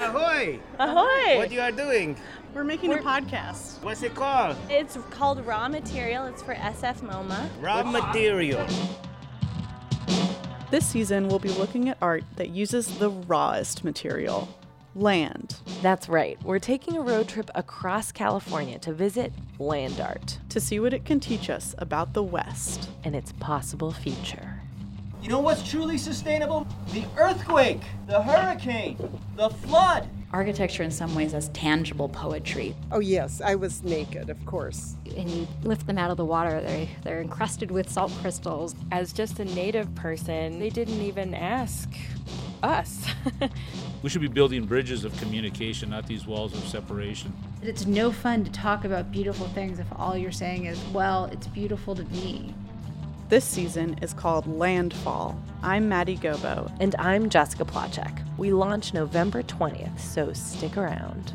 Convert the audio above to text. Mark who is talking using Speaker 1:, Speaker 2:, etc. Speaker 1: Ahoy!
Speaker 2: Ahoy!
Speaker 1: What you are doing?
Speaker 3: We're making
Speaker 2: We're-
Speaker 3: a podcast.
Speaker 1: What's it called?
Speaker 2: It's called Raw Material. It's for SF MoMA.
Speaker 1: Raw material.
Speaker 3: This season, we'll be looking at art that uses the rawest material land.
Speaker 4: That's right. We're taking a road trip across California to visit land art
Speaker 3: to see what it can teach us about the West.
Speaker 4: and its possible future.
Speaker 5: You know what's truly sustainable? The earthquake, the hurricane, the flood.
Speaker 6: architecture in some ways as tangible poetry.
Speaker 7: Oh yes, I was naked, of course.
Speaker 8: and you lift them out of the water, they, they're encrusted with salt crystals.
Speaker 9: as just a native person, they didn't even ask us.
Speaker 10: We should be building bridges of communication, not these walls of separation.
Speaker 11: It's no fun to talk about beautiful things if all you're saying is, well, it's beautiful to me.
Speaker 3: This season is called Landfall. I'm Maddie Gobo.
Speaker 4: And I'm Jessica Plachek. We launch November 20th, so stick around.